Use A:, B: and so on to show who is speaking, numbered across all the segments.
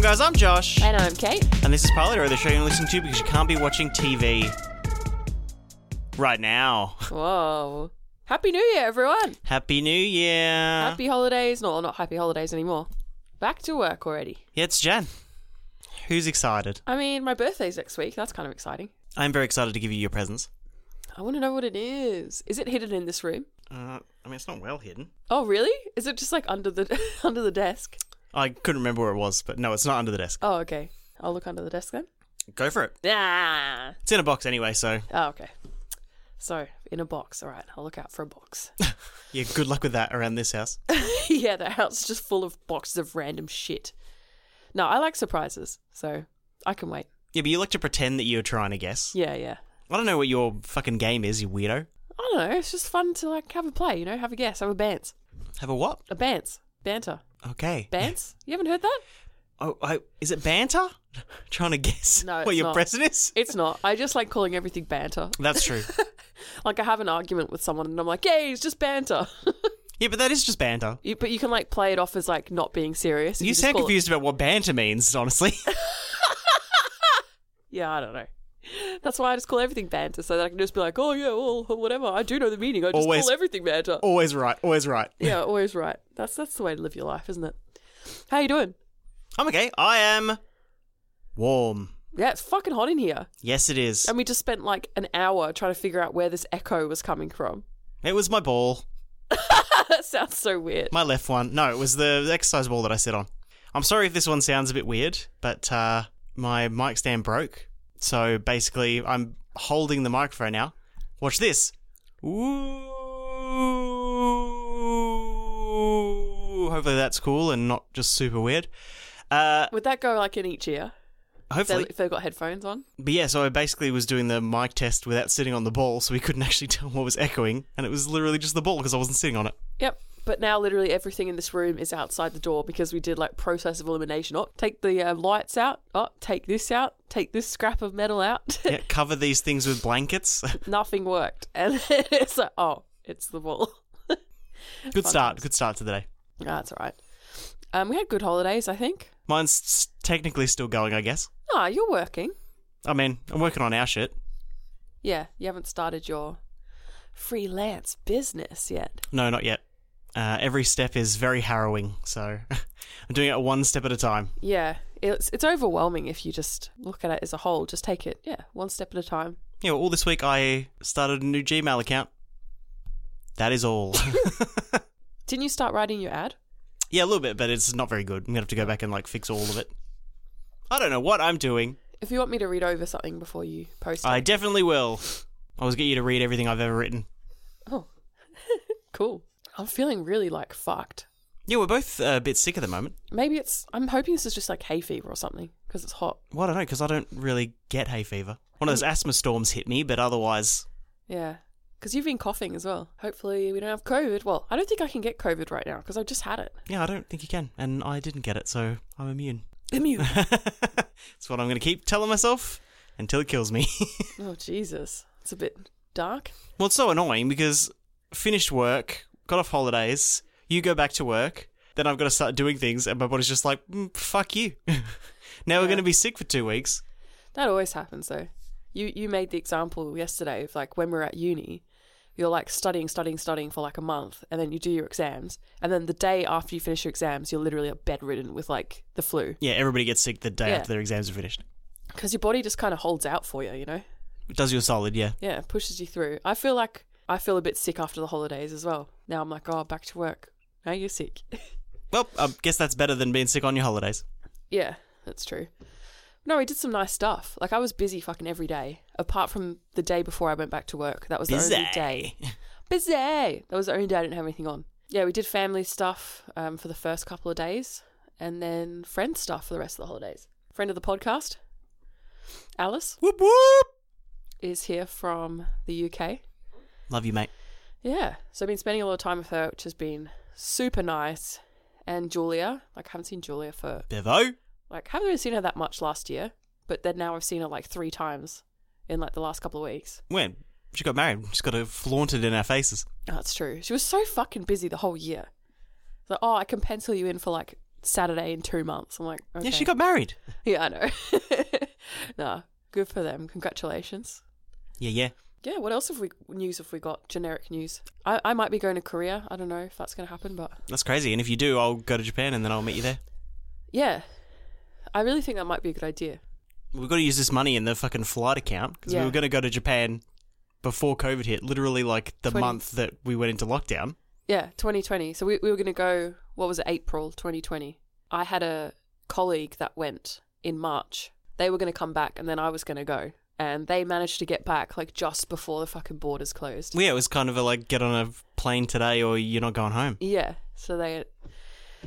A: guys, I'm Josh.
B: And I'm Kate.
A: And this is Pilot Arrow, the show you can listen to because you can't be watching TV right now.
B: Whoa. Happy New Year, everyone.
A: Happy New Year.
B: Happy holidays. No, not happy holidays anymore. Back to work already.
A: Yeah, it's Jan. Who's excited?
B: I mean, my birthday's next week. That's kind of exciting.
A: I'm very excited to give you your presents.
B: I want to know what it is. Is it hidden in this room?
A: Uh, I mean, it's not well hidden.
B: Oh, really? Is it just like under the under the desk?
A: I couldn't remember where it was, but no, it's not under the desk.
B: Oh, okay. I'll look under the desk then.
A: Go for it.
B: Ah.
A: It's in a box anyway, so
B: Oh, okay. So in a box. All right. I'll look out for a box.
A: yeah, good luck with that around this house.
B: yeah, the house is just full of boxes of random shit. No, I like surprises, so I can wait.
A: Yeah, but you like to pretend that you're trying to guess.
B: Yeah, yeah.
A: I don't know what your fucking game is, you weirdo.
B: I don't know. It's just fun to like have a play, you know, have a guess, have a bants,
A: Have a what?
B: a bants, banter,
A: Okay.
B: bants. You haven't heard that?
A: Oh, I, is it banter? trying to guess
B: No,
A: what
B: it's
A: your
B: not.
A: present is?
B: It's not. I just like calling everything banter.
A: That's true.
B: Like I have an argument with someone, and I'm like, "Yay, it's just banter."
A: yeah, but that is just banter.
B: you, but you can like play it off as like not being serious.
A: You,
B: just
A: sound
B: call it-
A: confused about what banter means, honestly.
B: yeah, I don't know. That's why I just call everything banter, so that I can just be like, "Oh yeah, well, whatever." I do know the meaning. I just
A: Always-
B: call everything banter.
A: always right, always right.
B: yeah, always right. That's that's the way to live your life, isn't it? How you doing?
A: I'm okay. I am warm.
B: Yeah, it's fucking hot in here,
A: Yes, it is.
B: and we just spent like an hour trying to figure out where this echo was coming from.
A: It was my ball,
B: that sounds so weird.
A: my left one. No, it was the exercise ball that I sit on. I'm sorry if this one sounds a bit weird, but uh, my mic stand broke. So basically, I'm holding the microphone now. Watch this. Ooh. Hopefully that's cool and not just super weird. Uh,
B: Would that go like in each ear? If they,
A: hopefully,
B: if they've got headphones on?
A: But yeah, so I basically was doing the mic test without sitting on the ball, so we couldn't actually tell what was echoing, and it was literally just the ball because I wasn't sitting on it.
B: Yep. But now literally everything in this room is outside the door because we did like process of elimination. Oh, take the uh, lights out. Oh, take this out. Take this scrap of metal out.
A: Yeah, cover these things with blankets.
B: Nothing worked. And then it's like, oh, it's the wall. Ah,
A: good start. Good start to the day.
B: That's all right. Um, we had good holidays, I think.
A: Mine's s- technically still going, I guess.
B: Ah, you're working.
A: I mean, I'm working on our shit.
B: Yeah, you haven't started your freelance business yet.
A: No, not yet. Uh, every step is very harrowing, so I'm doing it one step at a time.
B: Yeah, it's it's overwhelming if you just look at it as a whole. Just take it, yeah, one step at a time.
A: Yeah, well, all this week I started a new Gmail account. That is all.
B: Didn't you start writing your ad?
A: yeah, a little bit, but it's not very good. I'm gonna have to go back and like fix all of it. I don't know what I'm doing.
B: If you want me to read over something before you post it.
A: I definitely will. I always get you to read everything I've ever written.
B: oh. cool. I'm feeling really like fucked.
A: Yeah, we're both uh, a bit sick at the moment.
B: Maybe it's I'm hoping this is just like hay fever or something because it's hot.
A: Well, I don't know because I don't really get hay fever. One of those asthma storms hit me, but otherwise,
B: Yeah. Cuz you've been coughing as well. Hopefully we don't have covid. Well, I don't think I can get covid right now cuz I just had it.
A: yeah, I don't think you can. And I didn't get it, so I'm immune.
B: Immune.
A: That's what I'm going to keep telling myself until it kills me.
B: oh Jesus. It's a bit dark.
A: well, it's so annoying because finished work, got off holidays, you go back to work, then I've got to start doing things, and my body's just like, mm, fuck you. now we're
B: Yeah.
A: going to be sick for two weeks.
B: That always happens though. You you made the example yesterday of like when we're at uni, you're like studying, studying, studying for like a month, and then you do your exams, and then the day after you finish your exams, you're literally bedridden with like the flu
A: Yeah, everybody gets sick the day
B: Yeah.
A: after their exams are finished.
B: because your body just kind of holds out for you, you know?
A: It does you a solid, yeah.
B: Yeah, it pushes you through. I feel like I feel a bit sick after the holidays as well. Now I'm like, oh, back to work. Now you're sick.
A: Well, I guess that's better than being sick on your holidays.
B: yeah, that's true. No, we did some nice stuff. Like I was busy fucking every day, apart from the day before I went back to work. That was the only day. busy. That was the only day I didn't have anything on. Yeah, we did family stuff um, for the first couple of days, and then friend stuff for the rest of the holidays. Friend of the podcast, Alice,
A: Whoop whoop.
B: is here from the UK.
A: Love you, mate.
B: Yeah, so I've been spending a lot of time with her, which has been super nice. And Julia, like I haven't seen Julia for
A: Bevo.
B: like haven't really seen her that much last year, but then now I've seen her like three times in like the last couple of weeks.
A: When? She got married. She's got to flaunt it in our faces.
B: That's true. She was so fucking busy the whole year. It's Like, oh, I can pencil you in for like Saturday in two months. I'm like, okay.
A: Yeah, she got married.
B: Yeah, I know. nah, good for them. Congratulations.
A: Yeah, yeah.
B: Yeah, what else have we news have we got? Generic news. I, I might be going to Korea. I don't know if that's going to happen, but
A: That's crazy. And if you do, I'll go to Japan and then I'll meet you there.
B: yeah, I really think that might be a good idea.
A: We've got to use this money in the fucking flight account because
B: Yeah.
A: we were going to go to Japan before COVID hit, literally like the
B: 20.
A: month that we went into lockdown.
B: Yeah, 2020. So we, we were going to go, what was it, April 2020. I had a colleague that went in March. They were going to come back and then I was going to go. And they managed to get back like just before the fucking borders closed.
A: Yeah, it was kind of a like get on a plane today or you're not going home.
B: Yeah. So they,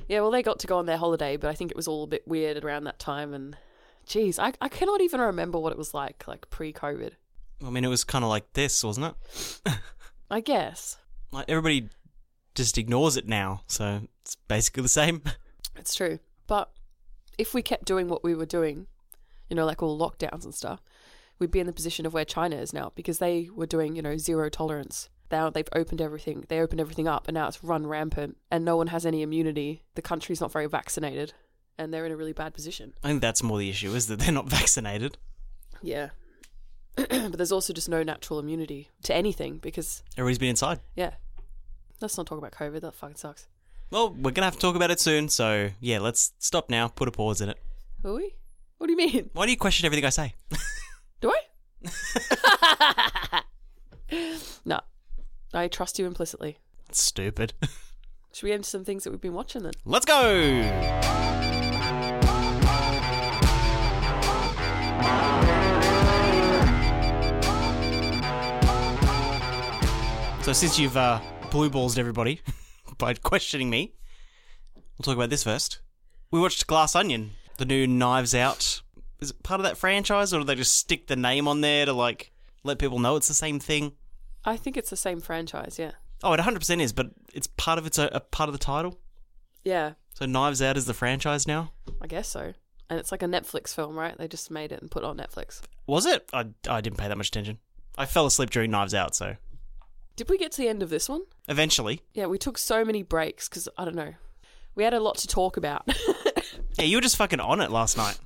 B: yeah, well, they got to go on their holiday, but I think it was all a bit weird around that time. And geez, I, I cannot even remember what it was like, like pre COVID,
A: I mean, it was kind of like this, wasn't it?
B: I guess.
A: like everybody just ignores it now, so it's basically the same.
B: It's true. But if we kept doing what we were doing, you know, like all lockdowns and stuff, we'd be in the position of where China is now because they were doing, you know, zero tolerance. Now they've opened everything. They opened everything up and now it's run rampant and no one has any immunity. The country's not very vaccinated and they're in a really bad position.
A: I think that's more the issue is that they're not vaccinated.
B: Yeah. but there's also just no natural immunity to anything because,
A: Everybody's been inside.
B: yeah. Let's not talk about COVID. That fucking sucks.
A: Well, we're gonna have to talk about it soon, so yeah, let's stop now. Put a pause in it.
B: Are we? What do you mean?
A: Why do you question everything I say?
B: Do I? no. I trust you implicitly.
A: Stupid.
B: Should we end some things that we've been watching then?
A: let's go. So since you've uh, blue ballsed everybody by questioning me, we'll talk about this first. We watched Glass Onion, the new Knives Out. Is it part of that franchise, or do they just stick the name on there to like let people know it's the same thing?
B: I think it's the same franchise, yeah.
A: Oh, it 100% is, but it's part of its a part of the title.
B: Yeah,
A: So Knives Out is the franchise now.
B: I guess so. And it's like a Netflix film, right? They just made it and put it on Netflix.
A: Was it? I, I didn't pay that much attention. I fell asleep during Knives Out, so
B: Did we get to the end of this one?
A: eventually.
B: Yeah, we took so many breaks because, I don't know, we had a lot to talk about.
A: Yeah, you were just fucking on it last night.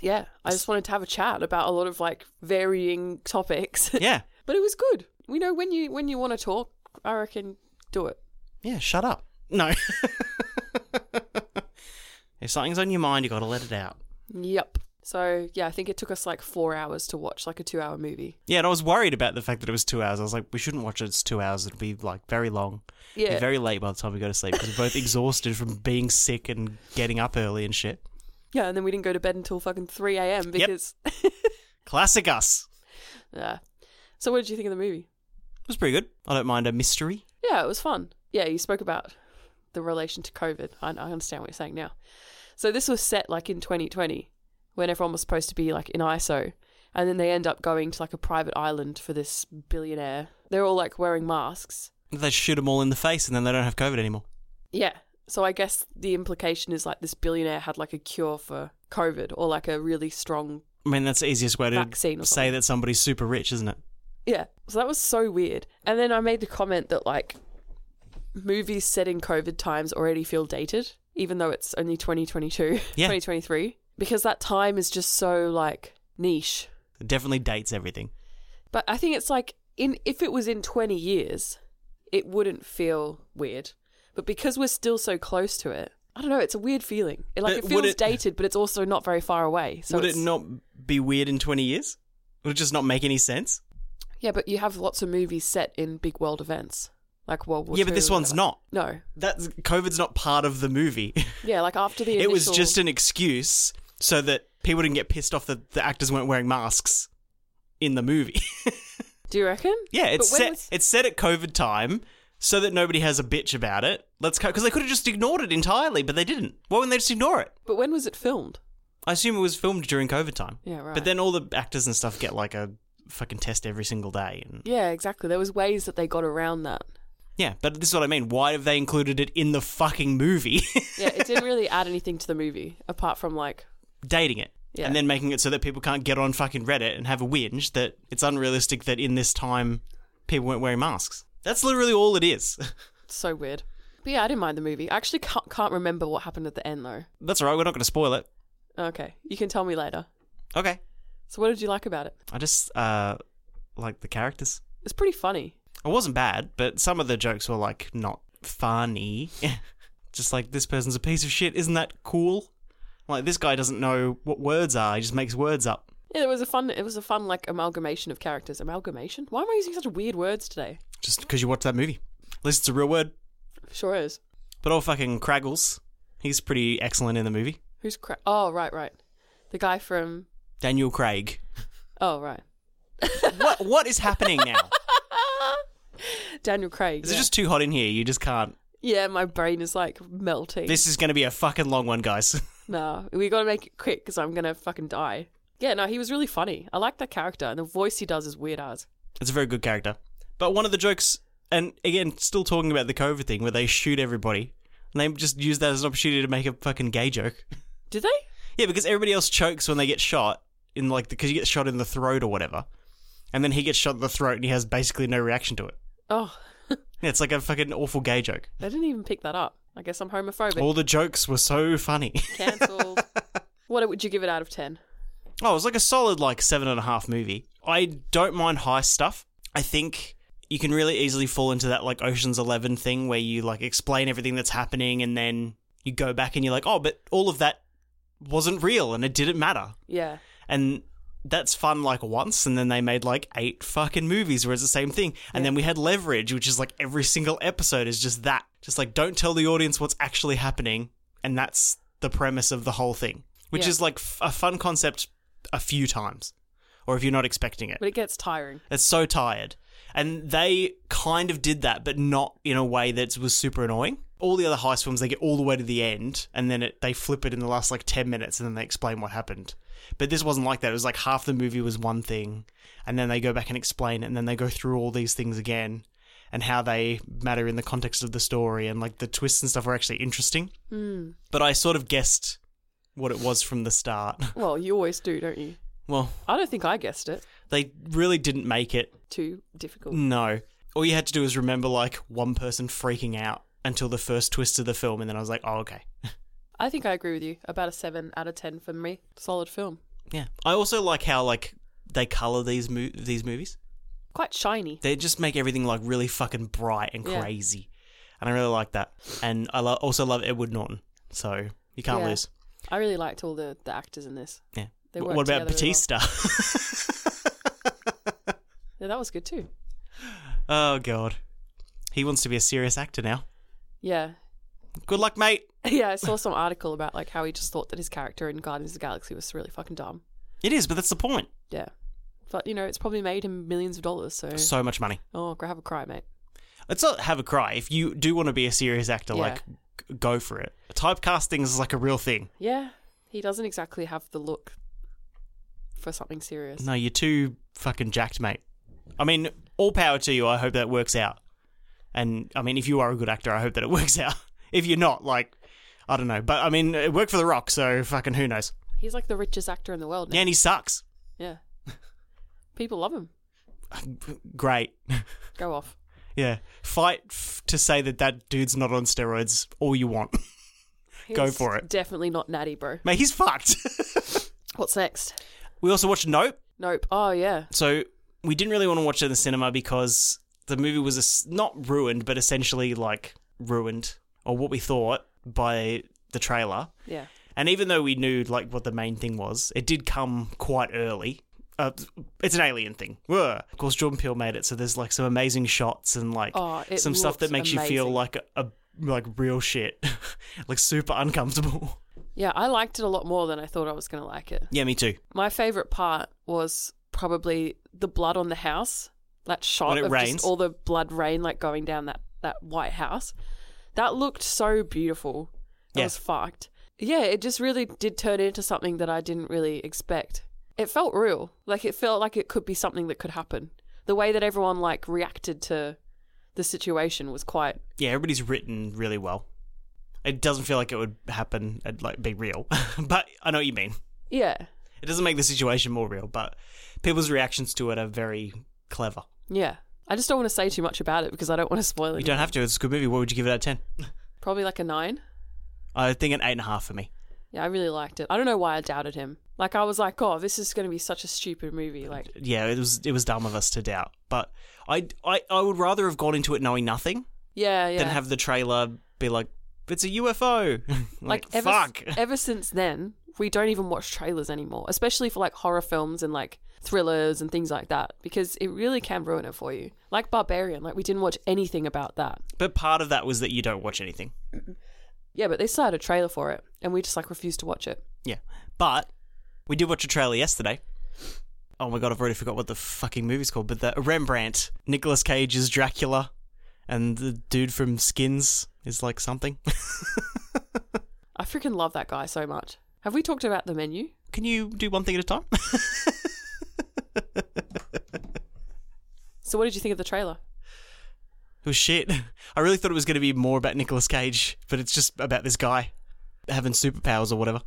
B: yeah, I just wanted to have a chat about a lot of like varying topics.
A: Yeah.
B: but it was good. You know, when you when you want to talk, I reckon do it.
A: Yeah, shut up. No. if something's on your mind, you gotta let it out.
B: Yep. So yeah, I think it took us like four hours to watch like a two-hour movie.
A: Yeah, and I was worried about the fact that it was two hours. I was like, we shouldn't watch it. It's two hours. It'll be like very long. It'll be
B: Yeah,
A: very late by the time we go to sleep because we're both exhausted from being sick and getting up early and shit.
B: yeah, and then we didn't go to bed until fucking three a.m. because.
A: Classic us.
B: yeah. So what did you think of the movie?
A: It was pretty good. I don't mind a mystery.
B: Yeah, it was fun. Yeah, you spoke about the relation to COVID. I, I understand what you're saying now. So this was set like in 2020, when everyone was supposed to be like in ISO, and then they end up going to like a private island for this billionaire. They're all like wearing masks.
A: They shoot them all in the face and then they don't have COVID anymore.
B: Yeah. So I guess the implication is like this billionaire had like a cure for COVID or like a really strong
A: I mean, that's the easiest way to
B: vaccine or
A: say
B: something.
A: that somebody's super rich, isn't it?
B: Yeah. So that was so weird. And then I made the comment that like movies set in COVID times already feel dated, even though it's only 2022,
A: Yeah.
B: 2023, because that time is just so like niche.
A: It definitely dates everything.
B: But I think it's like in if it was in 20 years, it wouldn't feel weird. But because we're still so close to it, I don't know, it's a weird feeling. It, like
A: But
B: it
A: would
B: feels
A: it-
B: dated, but it's also not very far away. So
A: Would it
B: it's-
A: not be weird in 20 years? Would it just not make any sense?
B: Yeah, but you have lots of movies set in big world events. Like World War
A: yeah, but
B: II
A: this
B: or
A: one's
B: whatever.
A: not.
B: No.
A: That's COVID's not part of the movie.
B: Yeah, like after the
A: it
B: initial...
A: was just an excuse so that people didn't get pissed off that the actors weren't wearing masks in the movie.
B: Do you reckon?
A: yeah, it's
B: But when
A: set
B: was-
A: it's set at COVID time so that nobody has a bitch about it. Let's because they could have just ignored it entirely, but they didn't. Why wouldn't they just ignore it?
B: But when was it filmed?
A: I assume it was filmed during COVID time.
B: Yeah, right.
A: But then all the actors and stuff get like a fucking test every single day. And
B: Yeah, exactly. There was ways that they got around that.
A: yeah, but this is what I mean. Why have they included it in the fucking movie?
B: Yeah, it didn't really add anything to the movie apart from like
A: Dating it.
B: Yeah.
A: And then making it so that people can't get on fucking Reddit and have a whinge that it's unrealistic that in this time people weren't wearing masks. That's literally all it is.
B: so weird. But But yeah, I didn't mind the movie. I actually can't, can't remember what happened at the end though.
A: That's all right. We're not going to spoil it.
B: Okay, you can tell me later.
A: Okay.
B: So what did you like about it?
A: I just uh like the characters.
B: It's pretty funny.
A: It wasn't bad, but some of the jokes were like not funny. just like this person's a piece of shit. Isn't that cool? Like this guy doesn't know what words are. He just makes words up.
B: Yeah, it was a fun. It was a fun like amalgamation of characters. Amalgamation. Why am I using such weird words today?
A: Just because you watched that movie. At least it's a real word.
B: Sure is.
A: But old fucking Craggles, he's pretty excellent in the movie.
B: Who's cra- Oh right, right. The guy from.
A: Daniel Craig.
B: Oh right.
A: what what is happening now?
B: Daniel Craig.
A: Is
B: yeah.
A: it just too hot in here? You just can't.
B: Yeah, my brain is like melting.
A: This is going to be a fucking long one, guys.
B: Nah, we gotta make it quick because I'm gonna fucking die. Yeah, no, he was really funny. I like that character, and the voice he does is weird as.
A: It's a very good character. But one of the jokes, and again, still talking about the COVID thing where they shoot everybody, and they just use that as an opportunity to make a fucking gay joke.
B: Did they?
A: Yeah, because everybody else chokes when they get shot in like because you get shot in the throat or whatever, and then he gets shot in the throat and he has basically no reaction to it.
B: Oh,
A: Yeah, it's like a fucking awful gay joke.
B: I didn't even pick that up. I guess I'm homophobic.
A: All the jokes were so funny.
B: Cancelled. what would you give it out of ten?
A: Oh, it was like a solid like seven and a half movie. I don't mind high stuff. I think you can really easily fall into that like Ocean's Eleven thing where you like explain everything that's happening and then you go back and you're like, oh, but all of that wasn't real and it didn't matter.
B: Yeah,
A: And that's fun like once, and then they made like eight fucking movies where it's the same thing. And then we had Leverage, which is like every single episode is just that. Just like don't tell the audience what's actually happening, and that's the premise of the whole thing, which
B: Yeah.
A: is like f- a fun concept a few times, or if you're not expecting it.
B: but it gets tiring.
A: It's so tired. And they kind of did that, but not in a way that was super annoying. All the other heist films, they get all the way to the end, and then it, they flip it in the last like 10 minutes, and then they explain what happened. But this wasn't like that. It was like half the movie was one thing, and then they go back and explain it, and then they go through all these things again and how they matter in the context of the story, and like the twists and stuff were actually interesting. But I sort of guessed what it was from the start.
B: Well, you always do, don't you?
A: well,
B: I don't think I guessed it.
A: they really didn't make it
B: Too difficult.
A: No. All you had to do was remember like one person freaking out until the first twist of the film, and then I was like, oh, okay.
B: I think I agree with you. About a seven out of ten for me. Solid film.
A: Yeah. I also like how like they color these mo- these movies.
B: Quite shiny.
A: They just make everything like really fucking bright and
B: Yeah.
A: crazy, and I really like that. And I lo- also love Edward Norton, so you can't
B: Yeah.
A: lose.
B: I really liked all the, the actors in this.
A: Yeah.
B: They
A: Wh-
B: work
A: what about
B: together as
A: Batista?
B: Yeah, that was good too.
A: oh god, he wants to be a serious actor now.
B: Yeah.
A: Good luck, mate.
B: Yeah, I saw some article about like how he just thought that his character in Guardians of the Galaxy was really fucking dumb.
A: It is, but that's the point.
B: Yeah. But you know, it's probably made him millions of dollars, so
A: So much money.
B: oh grab a cry, mate.
A: It's not have a cry. If you do want to be a serious actor,
B: Yeah.
A: like g- go for it. Typecasting is like a real thing.
B: Yeah. He doesn't exactly have the look for something serious.
A: No, you're too fucking jacked, mate. I mean, all power to you. I hope that works out. And I mean, if you are a good actor, I hope that it works out. If you're not, like, I don't know. But I mean, it worked for The Rock, so fucking who knows?
B: He's like the richest actor in the world now.
A: Yeah, and he sucks.
B: Yeah. People love him.
A: Great.
B: Go off.
A: yeah. Fight f- to say that that dude's not on steroids all you want. Go
B: He's
A: for it.
B: Definitely not natty, bro.
A: mate, he's fucked.
B: What's next?
A: we also watched Nope.
B: Nope. Oh yeah.
A: So we didn't really want to watch it in the cinema because the movie was es- not ruined, but essentially like ruined, or what we thought by the trailer.
B: Yeah.
A: And even though we knew like what the main thing was, it did come quite early. Uh, it's an alien thing. Whoa. Of course, Jordan Peele made it, so there's like some amazing shots and like
B: Oh, it
A: some stuff that
B: looks
A: makes you feel
B: amazing.
A: like a, a- like real shit, like super uncomfortable.
B: Yeah, I liked it a lot more than I thought I was going to like it.
A: Yeah, me too.
B: My favorite part was probably the blood on the house. That shot
A: When it
B: of
A: rains.
B: just all the blood rain like going down that that white house. That looked so beautiful. That
A: Yeah.
B: was fucked. Yeah, it just really did turn into something that I didn't really expect. It felt real. Like it felt like it could be something that could happen. The way that everyone like reacted to the situation was quite
A: yeah, everybody's written really well. It doesn't feel like it would happen and like be real, but I know what you mean.
B: yeah.
A: It doesn't make the situation more real, but people's reactions to it are very clever.
B: Yeah. I just don't want to say too much about it because I don't want to spoil
A: You
B: it.
A: don't have to. It's a good movie. What would you give it out of 10?
B: Probably like a nine.
A: I think an 8.5 for me.
B: Yeah, I really liked it. I don't know why I doubted him. Like I was like, oh, this is going to be such a stupid movie. Like,
A: Yeah, it was it was dumb of us to doubt. But I, I, I would rather have gone into it knowing nothing
B: yeah, yeah.
A: than have the trailer be like, it's a UFO.
B: like
A: like,
B: ever s-
A: fuck.
B: ever since then, we don't even watch trailers anymore, especially for like horror films and like thrillers and things like that, because it really can ruin it for you. Like Barbarian, like we didn't watch anything about that.
A: But part of that was that you don't watch anything.
B: Yeah, but they still had a trailer for it, and we just like refused to watch it.
A: Yeah. But we did watch a trailer yesterday. Oh my god, I've already forgot what the fucking movie's called, but the Rembrandt, Nicolas Cage's Dracula, and the dude from Skins is like something.
B: I freaking love that guy so much. Have we talked about the menu?
A: Can you do one thing at a time?
B: So, what did you think of the trailer?
A: Oh shit. I really thought it was going to be more about Nicolas Cage, but it's just about this guy having superpowers or whatever.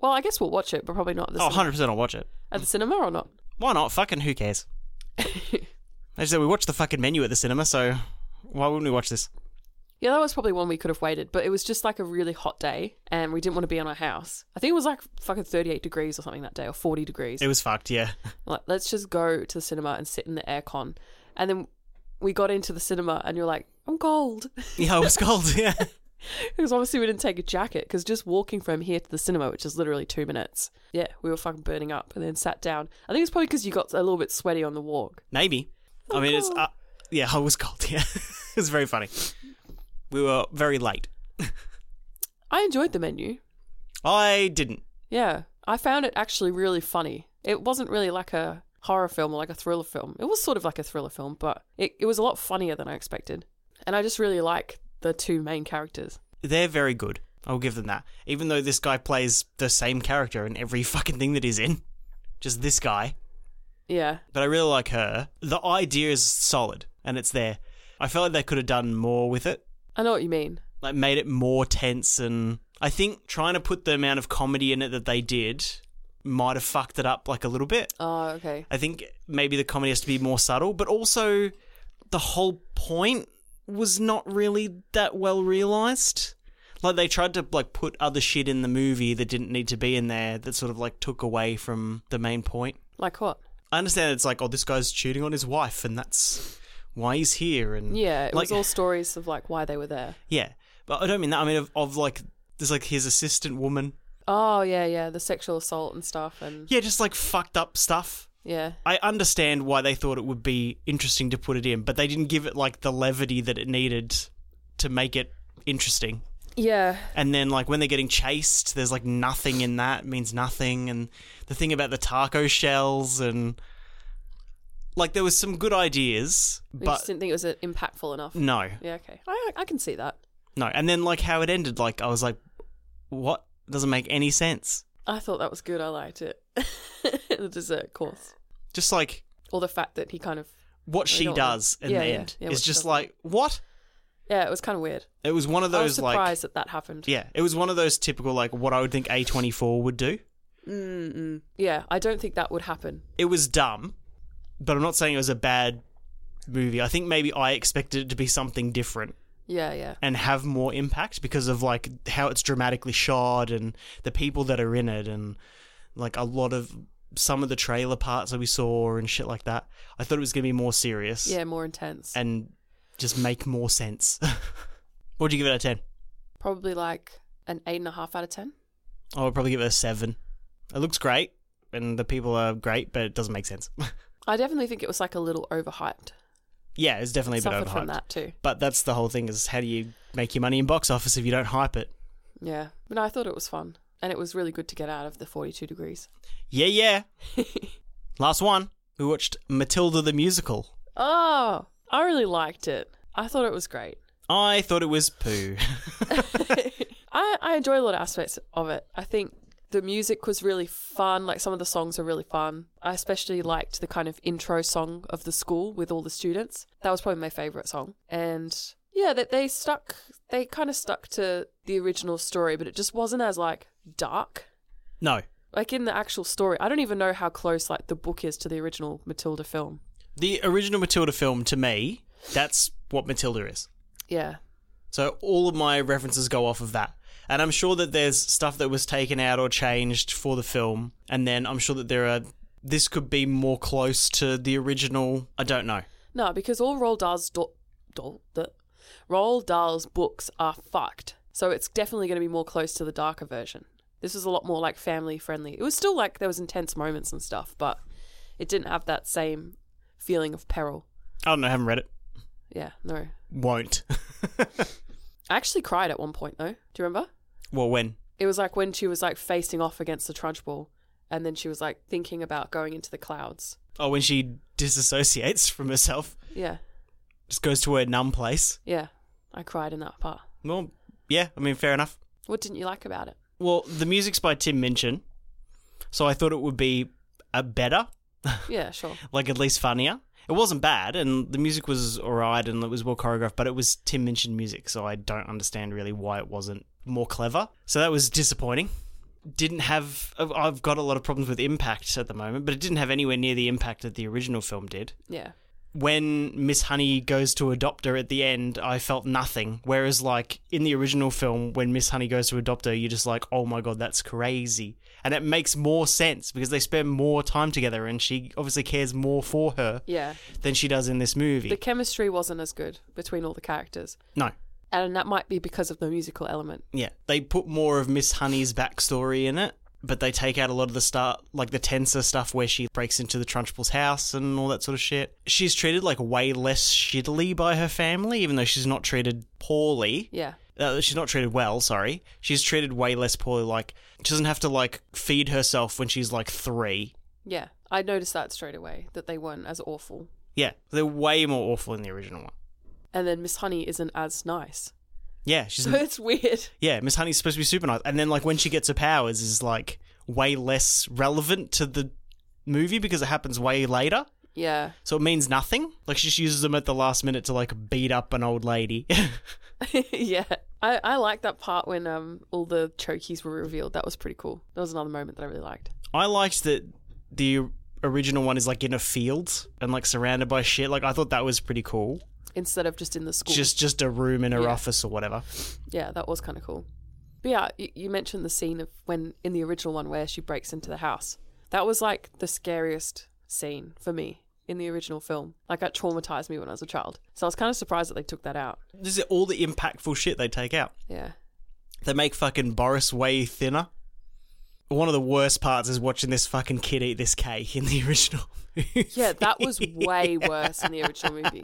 B: Well, I guess we'll watch it, but probably not at the,
A: Oh,
B: cin-
A: 100% I'll watch it.
B: at the cinema or not.
A: Why not? Fucking who cares? As I said, we watched the fucking menu at the cinema, so why wouldn't we watch this?
B: Yeah, that was probably one we could have waited, but it was just like a really hot day and we didn't want to be in our house. I think it was like fucking 38 degrees or something that day or 40 degrees.
A: It was fucked, yeah.
B: like, let's just go to the cinema and sit in the aircon. And then we got into the cinema and you're like, I'm cold.
A: Yeah, it was cold, yeah.
B: because obviously we didn't take a jacket because just walking from here to the cinema, which is literally two minutes, yeah, we were fucking burning up and then sat down. I think it's probably because you got a little bit sweaty on the walk.
A: Maybe. I mean, it's.
B: cool.
A: Uh, yeah, I was cold. Yeah. it was very funny. We were very late.
B: I enjoyed the menu.
A: I didn't.
B: Yeah. I found it actually really funny. It wasn't really like a horror film or like a thriller film. It was sort of like a thriller film, but it, it was a lot funnier than I expected. And I just really like the two main characters.
A: They're very good. I'll give them that. Even though this guy plays the same character in every fucking thing that he's in, just this guy.
B: Yeah.
A: But I really like her. The idea is solid and it's there. I felt like they could have done more with it,
B: I know what you mean.
A: like made it more tense. And I think trying to put the amount of comedy in it that they did might have fucked it up like a little bit.
B: Oh, okay.
A: I think maybe the comedy has to be more subtle, but also the whole point was not really that well realized. Like they tried to like put other shit in the movie that didn't need to be in there that sort of like took away from the main point.
B: Like what?
A: I understand it's like, oh, this guy's cheating on his wife and that's why he's here and
B: Yeah, it
A: like,
B: was all stories of like why they were there.
A: Yeah. But I don't mean that. I mean of, of like there's like his assistant woman.
B: Oh, yeah, yeah. The sexual assault and stuff. And
A: Yeah, just like fucked up stuff.
B: yeah.
A: I understand why they thought it would be interesting to put it in, but they didn't give it like the levity that it needed to make it interesting.
B: Yeah.
A: And then like when they're getting chased, there's like nothing in that it means nothing and the thing about the taco shells and like there was some good ideas,
B: We
A: but
B: just didn't think it was uh, impactful enough.
A: no.
B: Yeah, okay. I, I can see that.
A: No. And then like how it ended, like I was like what doesn't make any sense.
B: I thought that was good. I liked it. the dessert course.
A: Just like
B: Or the fact that he kind of.
A: what she
B: don't-
A: does in
B: Yeah,
A: the
B: yeah,
A: end
B: yeah,
A: is
B: what she
A: just
B: does.
A: like what?
B: Yeah, it was kind of weird.
A: It was one of
B: I
A: those
B: was surprised
A: like
B: that that happened.
A: Yeah, it was one of those typical like what I would think A24 would do.
B: Yeah, I don't think that would happen.
A: It was dumb, but I'm not saying it was a bad movie. I think maybe I expected it to be something different
B: Yeah, yeah.
A: and have more impact because of like how it's dramatically shot and the people that are in it and like a lot of some of the trailer parts that we saw and shit like that. I thought it was going to be more serious
B: Yeah, more intense.
A: and just make more sense. What'd you give it out of 10?
B: Probably like an eight and a half out of ten.
A: I would probably give it a 7. It looks great and the people are great, but it doesn't make sense.
B: I definitely think it was like a little overhyped.
A: Yeah, it's definitely a bit
B: Suffered
A: overhyped.
B: from that too.
A: But that's the whole thing is how do you make your money in box office if you don't hype it?
B: Yeah. But no, I thought it was fun. And it was really good to get out of the 42 degrees.
A: Yeah, yeah. Last one. We watched Matilda the Musical.
B: Oh, I really liked it. I thought it was great.
A: I thought it was poo.
B: I, I enjoy a lot of aspects of it. I think the music was really fun. Like some of the songs are really fun. I especially liked the kind of intro song of the school with all the students. That was probably my favorite song. And yeah, that they stuck, they kind of stuck to the original story, but it just wasn't as like dark.
A: no.
B: Like in the actual story, I don't even know how close like the book is to the original Matilda film.
A: The original Matilda film, to me, that's what Matilda is.
B: Yeah.
A: So all of my references go off of that. And I'm sure that there's stuff that was taken out or changed for the film. And then I'm sure that there are. This could be more close to the original. I don't know.
B: No, because all Roald Dahl's do- Dahl, the Roald Dahl's books are fucked. So it's definitely going to be more close to the darker version. This was a lot more like family friendly. It was still like there was intense moments and stuff, but it didn't have that same feeling of peril.
A: I don't know. haven't read it.
B: Yeah, no.
A: Won't.
B: I actually cried at one point though. Do you remember?
A: well, when?
B: It was like when she was like facing off against the trunchbull and then she was like thinking about going into the clouds.
A: Oh, when she disassociates from herself,
B: Yeah.
A: just goes to her numb place.
B: Yeah. I cried in that part.
A: Well, yeah, I mean, fair enough.
B: What didn't you like about it?
A: Well, the music's by Tim Minchin, so I thought it would be a better,
B: Yeah, sure.
A: like at least funnier. It wasn't bad, and the music was alright, and it was well choreographed, but it was Tim Minchin music, so I don't understand really why it wasn't more clever. So that was disappointing. Didn't have. I've- I've got a lot of problems with impact at the moment, but it didn't have anywhere near the impact that the original film did.
B: Yeah.
A: when Miss Honey goes to adopt her at the end, I felt nothing. Whereas, like in the original film, when Miss Honey goes to adopt her, you're just like, oh my god, that's crazy. And it makes more sense because they spend more time together and she obviously cares more for her
B: Yeah.
A: than she does in this movie.
B: The chemistry wasn't as good between all the characters.
A: no.
B: And that might be because of the musical element.
A: Yeah. They put more of Miss Honey's backstory in it, but they take out a lot of the start, like the tensor stuff where she breaks into the Trunchbull's house and all that sort of shit. She's treated like way less shittily by her family, even though she's not treated poorly.
B: Yeah.
A: uh, she's not treated well sorry she's treated way less poorly like she doesn't have to like feed herself when she's like three
B: Yeah. I noticed that straight away that they weren't as awful.
A: yeah they're way more awful in the original one
B: And then Miss Honey isn't as nice.
A: yeah she's
B: So it's weird.
A: yeah miss honey's supposed to be super nice and then like when she gets her powers is like way less relevant to the movie because it happens way later
B: Yeah.
A: so it means nothing like she just uses them at the last minute to like beat up an old lady
B: yeah. I, I like that part when um all the chokies were revealed. That was pretty cool. That was another moment that I really liked.
A: I liked that the original one is like in a field and like surrounded by shit like i thought that was pretty cool
B: Instead of just in the school.
A: just just a room in her
B: Yeah.
A: office or whatever.
B: yeah, that was kind of cool. But yeah, you, you mentioned the scene of when in the original one where she breaks into the house. That was like the scariest scene for me in the original film. Like that traumatized me when I was a child. So I was kind of surprised that they took that out.
A: This is all the impactful shit they take out.
B: Yeah.
A: They make fucking Boris way thinner. One of the worst parts is watching this fucking kid eat this cake in the original.
B: Yeah, that was way worse in the original movie.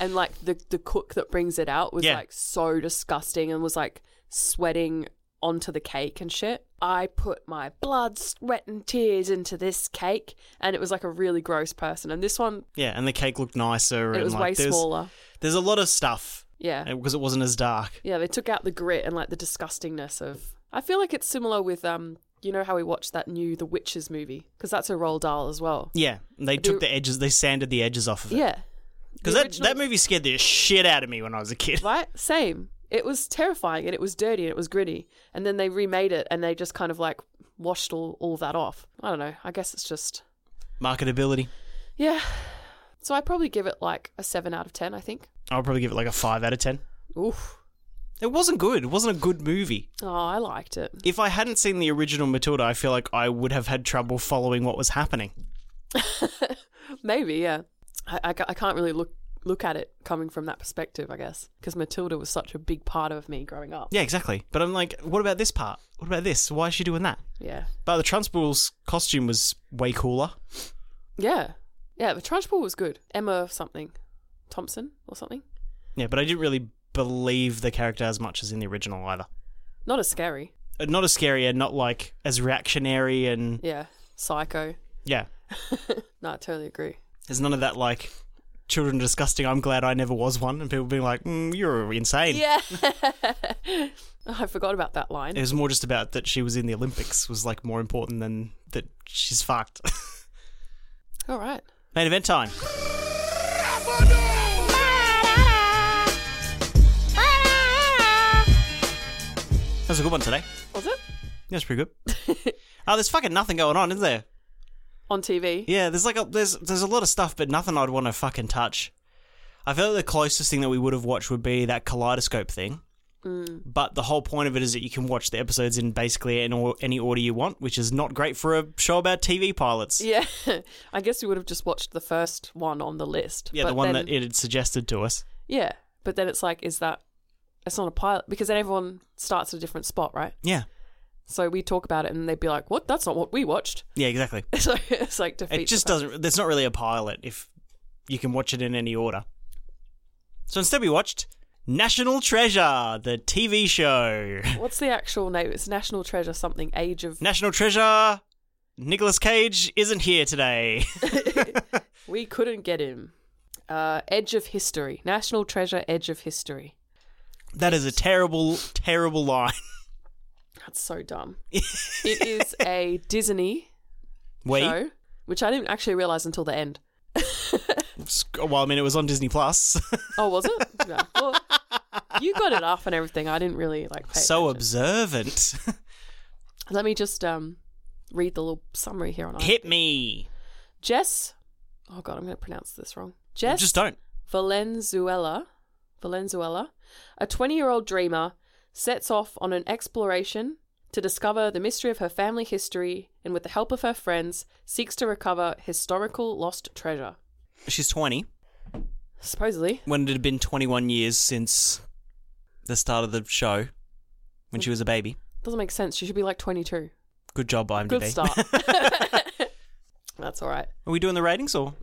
B: And like the the cook that brings it out was
A: Yeah.
B: like so disgusting and was like sweating onto the cake and shit. I put my blood, sweat and tears into this cake and it was like a really gross person. And this one
A: yeah, and the cake looked nicer.
B: it
A: and
B: was
A: like,
B: way
A: there's,
B: smaller.
A: There's a lot of stuff
B: Yeah.
A: uh, because it wasn't as dark.
B: Yeah, they took out the grit and like the disgustingness of I feel like it's similar with um you know how we watched that new The Witches movie because that's a Roald Dahl as well.
A: Yeah, and they took the edges. They sanded the edges off of it.
B: Yeah.
A: Because
B: The
A: that
B: original-
A: that movie scared the shit out of me when I was a kid.
B: right? Same. It was terrifying and it was dirty and it was gritty. And then they remade it and they just kind of like washed all, all that off. I don't know. I guess it's just,
A: Marketability.
B: yeah. So I probably give it like a 7 out of 10, I think.
A: I'll probably give it like a five out of ten.
B: Oof.
A: It wasn't good. It wasn't a good movie.
B: Oh, I liked it.
A: if I hadn't seen the original Matilda, I feel like I would have had trouble following what was happening.
B: Maybe, yeah. I, I, ca- I can't really look look at it coming from that perspective, I guess, because Matilda was such a big part of me growing up.
A: Yeah, exactly. But I'm like, what about this part? What about this? Why is she doing that?
B: Yeah.
A: But the Trunchbull's costume was way cooler.
B: Yeah. Yeah, the Trunchbull was good. Emma something. Thompson or something.
A: Yeah, but I didn't really believe the character as much as in the original either.
B: Not as scary.
A: Uh, Not as scary and not like as reactionary and
B: Yeah. Psycho.
A: yeah,
B: No, I totally agree.
A: there's none of that like children are disgusting. I'm glad I never was one, and people being like, mm, you're insane.
B: Yeah. I forgot about that line.
A: It was more just about that she was in the Olympics was like more important than that she's fucked.
B: All right.
A: Main event time. That was a good one today.
B: Was it?
A: That's pretty good. oh, there's fucking nothing going on, is there?
B: on TV.
A: Yeah, there's like a there's there's a lot of stuff, but nothing I'd want to fucking touch. I feel like the closest thing that we would have watched would be that kaleidoscope thing.
B: Mm.
A: But the whole point of it is that you can watch the episodes in basically any, or- any order you want, which is not great for a show about TV pilots.
B: Yeah, I guess we would have just watched the first one on the list.
A: Yeah,
B: but
A: the one
B: then-
A: that it had suggested to us.
B: Yeah, but then it's like, is that? It's not a pilot because then everyone starts at a different spot, right?
A: Yeah,
B: So we talk about it, and they'd be like, "What? That's not what we watched."
A: yeah, exactly.
B: So it's like defeat.
A: It just
B: the
A: doesn't. There's not really a pilot if you can watch it in any order. So instead, we watched National Treasure, the TV show.
B: purpose. What's the actual name? It's National Treasure something. Age of.
A: National Treasure. Nicolas Cage isn't here today.
B: We couldn't get him. Uh, Edge of History. National Treasure. Edge of History.
A: that is a terrible, terrible line.
B: That's so dumb. it is a Disney
A: Wait,
B: show, which I didn't actually realize until the end.
A: sc- well, I mean, it was on Disney Plus.
B: Oh, was it? No. Well, you got it off and everything. I didn't really like. Pay
A: so
B: attention.
A: observant.
B: Let me just um read the little summary here on IMDb.
A: Hit me.
B: Jess. Oh god, I'm going to pronounce this wrong. Jess
A: Just don't.
B: Valenzuela, Valenzuela, a 20-year-old dreamer, sets off on an exploration to discover the mystery of her family history, and with the help of her friends, seeks to recover historical lost treasure.
A: She's 20.
B: Supposedly,
A: When it had been 21 years since the start of the show, when she was a baby.
B: doesn't make sense. She should be like 22.
A: Good job, IMDb.
B: Good start. That's all right.
A: Are we doing the ratings or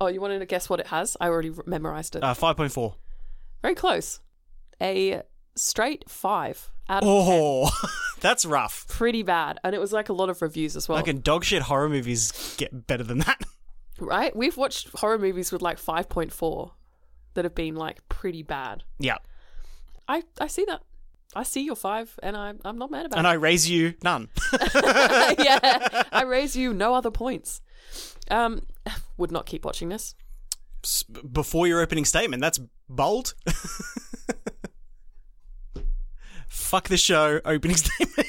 B: Oh, you wanted to guess what it has? I already r- memorized it.
A: uh, 5.4?
B: Very close. A straight five out of
A: Oh, that's rough.
B: pretty bad. And it was like a lot of reviews as well.
A: Fucking dog shit horror movies get better than that.
B: Right? We've watched horror movies with like 5.4 that have been like pretty bad.
A: yeah.
B: I, I see that. I see your five and I, I'm not mad about
A: And I raise you none.
B: it. yeah. I raise you no other points. Um, would not keep watching this.
A: S- Before your opening statement, that's bold. Fuck the show opening statement.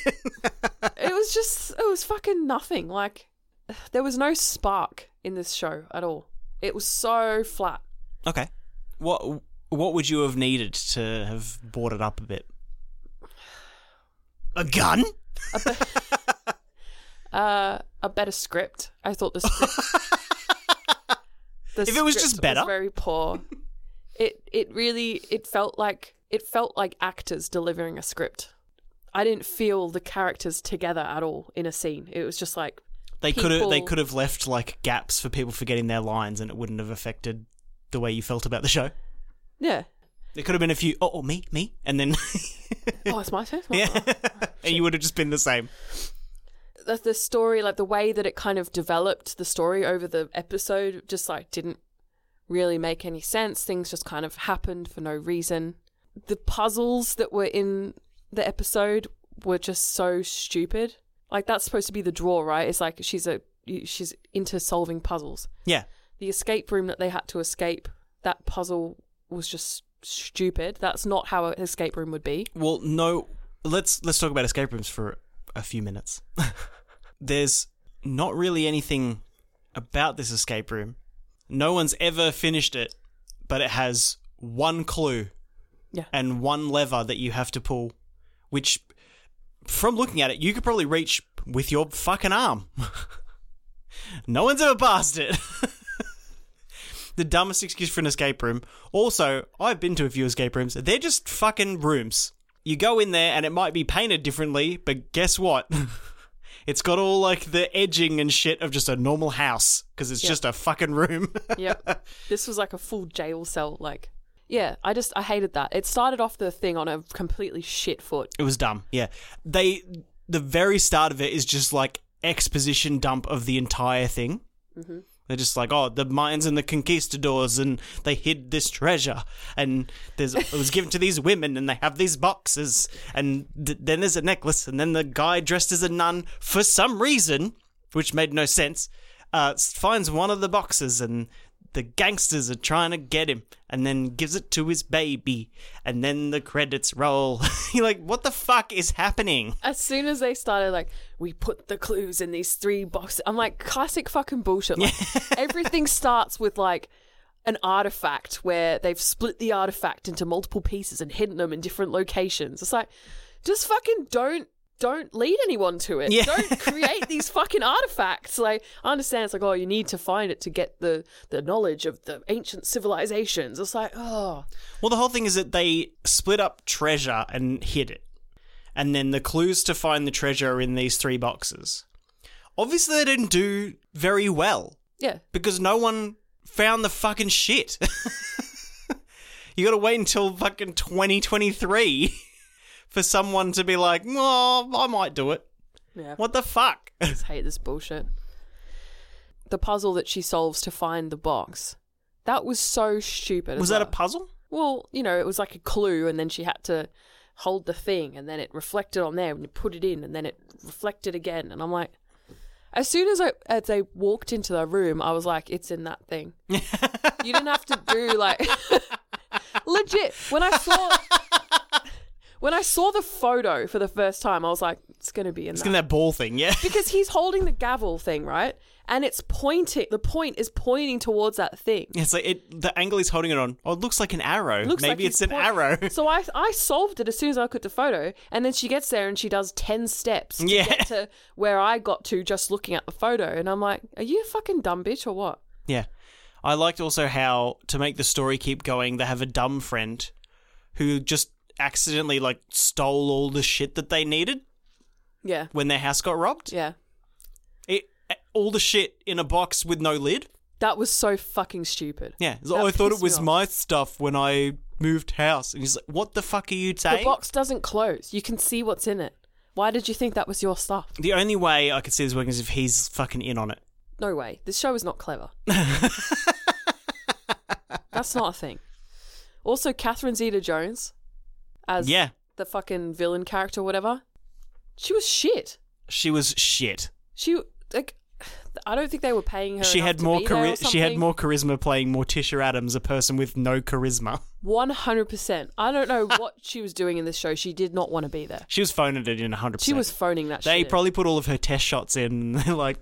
B: It was just, it was fucking nothing. Like, there was no spark in this show at all. It was so flat.
A: okay. What what would you have needed to have brought it up a bit? A gun?
B: uh, a better script. I thought the script. the
A: If it was just
B: script
A: better.
B: very poor. It it really it felt like it felt like actors delivering a script. I didn't feel the characters together at all in a scene. It was just like
A: They could have they
B: People-
A: could have left like gaps for people forgetting their lines and it wouldn't have affected the way you felt about the show.
B: yeah.
A: There could have been a few oh, oh me, me and then
B: Oh, it's my turn.
A: Yeah. and you would have just been the same.
B: The, the story, like the way that it kind of developed the story over the episode, just like didn't really make any sense. Things just kind of happened for no reason. The puzzles that were in the episode were just so stupid. Like that's supposed to be the draw, right? It's like she's a she's into solving puzzles.
A: Yeah.
B: The escape room that they had to escape, that puzzle was just stupid. That's not how an escape room would be.
A: Well, no. Let's let's talk about escape rooms for a few minutes. There's not really anything about this escape room. No one's ever finished it, but it has one clue
B: Yeah.
A: and one lever that you have to pull, which from looking at it, you could probably reach with your fucking arm. no one's ever passed it. the dumbest excuse for an escape room. Also, I've been to a few escape rooms. They're just fucking rooms. You go in there and it might be painted differently, but guess what? it's got all like the edging and shit of just a normal house because it's just a fucking room.
B: yep. This was like a full jail cell. Like, yeah, I just, I hated that. It started off the thing on a completely shit foot.
A: It was dumb. Yeah. They the very start of it is just like exposition dump of the entire thing. They're just like, oh, the Mayans and the conquistadors, and they hid this treasure, and there's it was given to these women, and they have these boxes, and th- then there's a necklace, and then the guy dressed as a nun for some reason, which made no sense, uh, s- finds one of the boxes, and the gangsters are trying to get him, and then gives it to his baby, and then the credits roll. You're like, what the fuck is happening?
B: As soon as they started, like, we put the clues in these three boxes, I'm like, classic fucking bullshit. Like, everything starts with, like, an artifact where they've split the artifact into multiple pieces and hidden them in different locations. It's like, just fucking don't. Don't lead anyone to it.
A: Yeah.
B: Don't create these fucking artifacts. Like, I understand it's like, oh, you need to find it to get the the knowledge of the ancient civilizations. It's like, oh,
A: Well, the whole thing is that they split up treasure and hid it. And then the clues to find the treasure are in these three boxes. Obviously, they didn't do very well
B: yeah,
A: because no one found the fucking shit. you gotta wait until fucking 2023 for someone to be like, oh, I might do it.
B: yeah.
A: What the fuck?
B: just hate this bullshit. The puzzle that she solves to find the box. That was so stupid. as
A: Was that a
B: well.
A: puzzle?
B: Well, you know, it was like a clue, and then she had to hold the thing, and then it reflected on there, and you put it in, and then it reflected again. And I'm like, as soon as I as they walked into the room, I was like, it's in that thing. you didn't have to do like legit. When I saw when I saw the photo for the first time, I was like, it's gonna be in that
A: It's in that ball thing, yeah?
B: because he's holding the gavel thing, right? And it's pointing. The point is pointing towards that thing.
A: It's like it, the angle he's holding it on. Oh, it looks like an arrow.
B: Looks like
A: Maybe
B: he's
A: it's an
B: point-
A: arrow.
B: So I, I solved it as soon as I took the photo, and then she gets there and she does ten steps to
A: Yeah.
B: get to where I got to just looking at the photo, and I'm like, "Are you a fucking dumb bitch or what?"
A: Yeah. I liked also how to make the story keep going, they have a dumb friend who just accidentally like stole all the shit that they needed
B: Yeah,
A: when their house got robbed.
B: yeah,
A: It, all the shit in a box with no lid.
B: that was so fucking stupid.
A: Yeah. He's
B: That
A: like, oh, I thought
B: pissed
A: it
B: me
A: was
B: off.
A: my stuff when I moved house. And he's like, what the fuck are you
B: The
A: saying?
B: box doesn't close. You can see what's in it. Why did you think that was your stuff?
A: The only way I could see this working is if he's fucking in on it.
B: No way. This show is not clever. That's not a thing. Also, Catherine Zeta Jones as
A: Yeah.
B: the fucking villain character, whatever. She was shit.
A: She was shit.
B: She like, I don't think they were paying her.
A: She
B: enough
A: had
B: to
A: more
B: be there or
A: chari- she had
B: something.
A: more charisma playing Morticia Adams, a person with no charisma.
B: One hundred percent. I don't know what she was doing in this show. She did not want to be there.
A: She was phoning it in 100%.
B: She was phoning that.
A: They
B: shit in.
A: probably put all of her test shots in. They're like,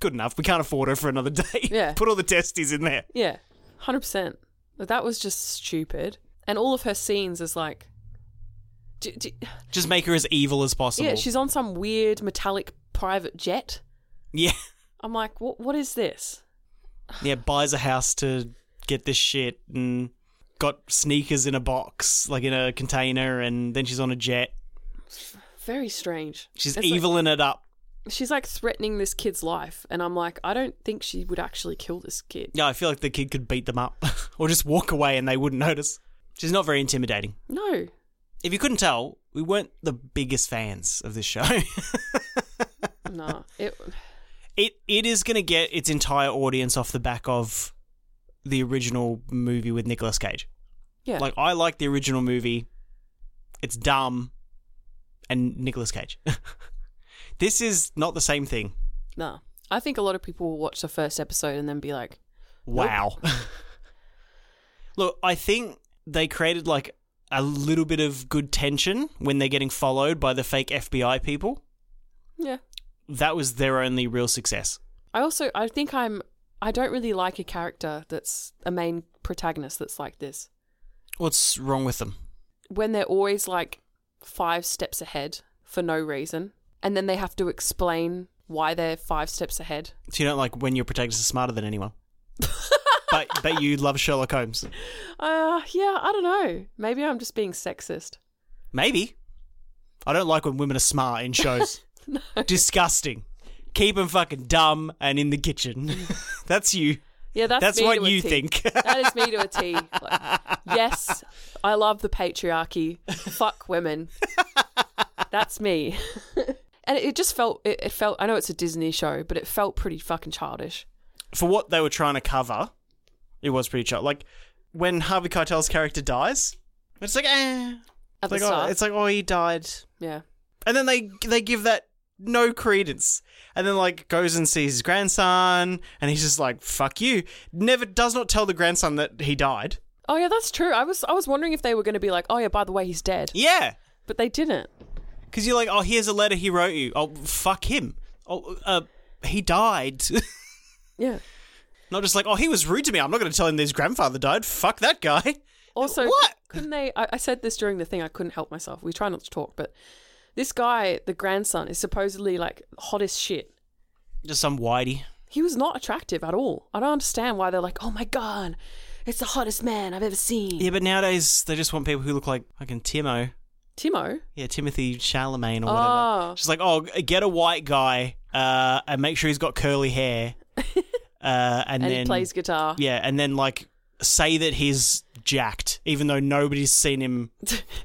A: good enough. We can't afford her for another day.
B: Yeah.
A: put all the testes in there.
B: Yeah, hundred percent. That was just stupid. And all of her scenes is like, d- d-
A: Just make her as evil as possible.
B: yeah, she's on some weird metallic private jet.
A: yeah.
B: I'm like, what? What is this?
A: Yeah, buys a house to get this shit and got sneakers in a box, like in a container, and then she's on a jet.
B: Very strange.
A: She's
B: It's like-
A: eviling it up.
B: she's like threatening this kid's life, and I'm like, I don't think she would actually kill this kid.
A: Yeah, I feel like the kid could beat them up or just walk away and they wouldn't notice. She's not very intimidating.
B: No,
A: If you couldn't tell, we weren't the biggest fans of this show.
B: no. It,
A: it it is going to get its entire audience off the back of the original movie with Nicolas Cage.
B: yeah,
A: Like I like the original movie. It's dumb and Nicolas Cage. this is not the same thing.
B: no. I think a lot of people will watch the first episode and then be like,
A: Wow. Look, I think they created like a little bit of good tension when they're getting followed by the fake FBI people.
B: yeah.
A: That was their only real success.
B: I also, I think I'm, I don't really like a character that's a main protagonist that's like this.
A: What's wrong with them?
B: When they're always like five steps ahead for no reason, and then they have to explain why they're five steps ahead.
A: So you don't like when your protagonist is smarter than anyone. but but you love Sherlock Holmes.
B: Uh, yeah, I don't know. Maybe I'm just being sexist.
A: Maybe. I don't like when women are smart in shows. Disgusting. Keep them fucking dumb and in the kitchen. That's you.
B: Yeah, that's
A: That's
B: me
A: what
B: to a
A: you
B: T.
A: think.
B: That is me to a T. Like, yes, I love the patriarchy. Fuck women. That's me. and it, it just felt it, it felt I know it's a Disney show, but it felt pretty fucking childish.
A: For what they were trying to cover, it was pretty chill. Like when Harvey Keitel's character dies, it's like eh. It's
B: At
A: like,
B: the
A: oh,
B: start.
A: it's like oh he died,
B: yeah.
A: and then they they give that no credence. And then like goes and sees his grandson, and he's just like, "Fuck you!" Never does not tell the grandson that he died.
B: Oh yeah, that's true. I was I was wondering if they were going to be like, oh yeah, by the way, he's dead,
A: Yeah,
B: but they didn't.
A: because you're like, "Oh, here's a letter he wrote you." Oh, fuck him. Oh, uh, he died.
B: Yeah.
A: not just like, "Oh, he was rude to me." I'm not going to tell him that his grandfather died. Fuck that guy.
B: Also,
A: What?
B: couldn't they? I, I said this during the thing. I couldn't help myself. We try not to talk, but this guy, the grandson, is supposedly like hot as shit.
A: Just some whitey.
B: He was not attractive at all. I don't understand why they're like, oh my god, it's the hottest man I've ever seen.
A: Yeah, but nowadays they just want people who look like fucking Timo.
B: Timo.
A: Yeah, Timothy Chalamet or whatever.
B: Oh.
A: She's like, oh, g- get a white guy uh, and make sure he's got curly hair. Uh, and,
B: And
A: then
B: he plays guitar.
A: Yeah, and then like say that he's jacked, even though nobody's seen him.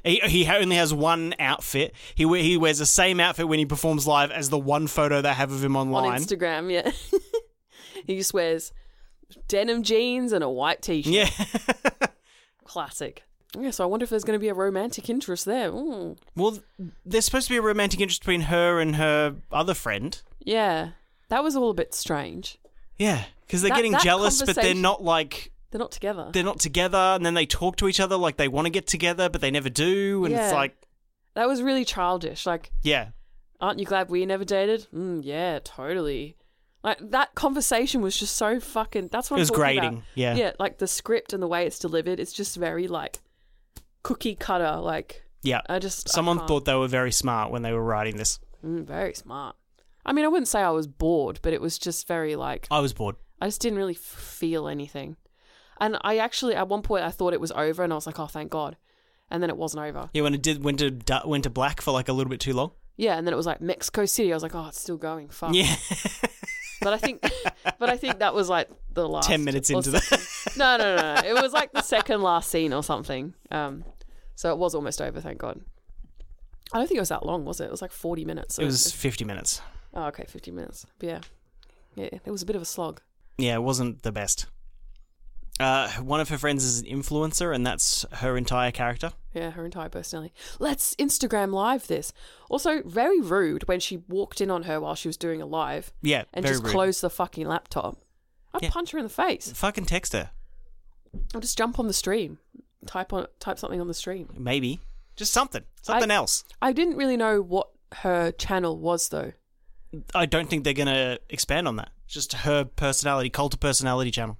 A: he, he only has one outfit. He we- he wears the same outfit when he performs live as the one photo they have of him
B: on
A: online.
B: Instagram. Yeah, he just wears denim jeans and a white t-shirt.
A: yeah,
B: Classic. Yeah, so I wonder if there's going to be a romantic interest there. Ooh.
A: well, th- there's supposed to be a romantic interest between her and her other friend.
B: Yeah, that was all a bit strange.
A: Yeah, because they're
B: That-
A: getting
B: that
A: jealous, but they're
B: conversation-
A: not like
B: They're not together.
A: they're not together, and then they talk to each other like they want to get together, but they never do, and
B: Yeah.
A: it's like,
B: that was really childish. Like,
A: yeah,
B: aren't you glad we never dated? Mm, yeah, totally. Like that conversation was just so fucking. That's what
A: It
B: I'm
A: was
B: talking
A: grating,
B: about.
A: yeah.
B: yeah. Like the script and the way it's delivered, it's just very like cookie cutter. Like
A: yeah.
B: I just I
A: Someone
B: can't.
A: thought they were very smart when they were writing this.
B: Mm, very smart. I mean, I wouldn't say I was bored, but it was just very like
A: I was bored.
B: I just didn't really f- feel anything. And I actually at one point I thought it was over, and I was like, oh, thank God. And then it wasn't over.
A: Yeah, when it did went to du- went to black for like a little bit too long.
B: Yeah, and then it was like Mexico City. I was like, oh, it's still going. Fuck.
A: Yeah,
B: But I think, but I think that was like the last
A: ten minutes
B: or
A: into
B: se-
A: that.
B: No, no, no, no. It was like the second last scene or something. Um, so it was almost over. Thank God. I don't think it was that long, was it? It was like forty minutes. So
A: it was fifty minutes.
B: Oh, okay, fifty minutes. But yeah, yeah. It was a bit of a slog.
A: Yeah, it wasn't the best. Uh, one of her friends is an influencer, and that's her entire character.
B: Yeah, her entire personality. Let's Instagram live this. Also, very rude when she walked in on her while she was doing a live
A: Yeah,
B: and
A: very
B: just
A: rude.
B: closed the fucking laptop. I'd
A: Yeah.
B: punch her in the face.
A: Fucking text her,
B: I'll just jump on the stream, type on type something on the stream.
A: maybe just something, something else.
B: I didn't really know what her channel was though.
A: I don't think they're gonna expand on that. Just her personality, cult of personality channel.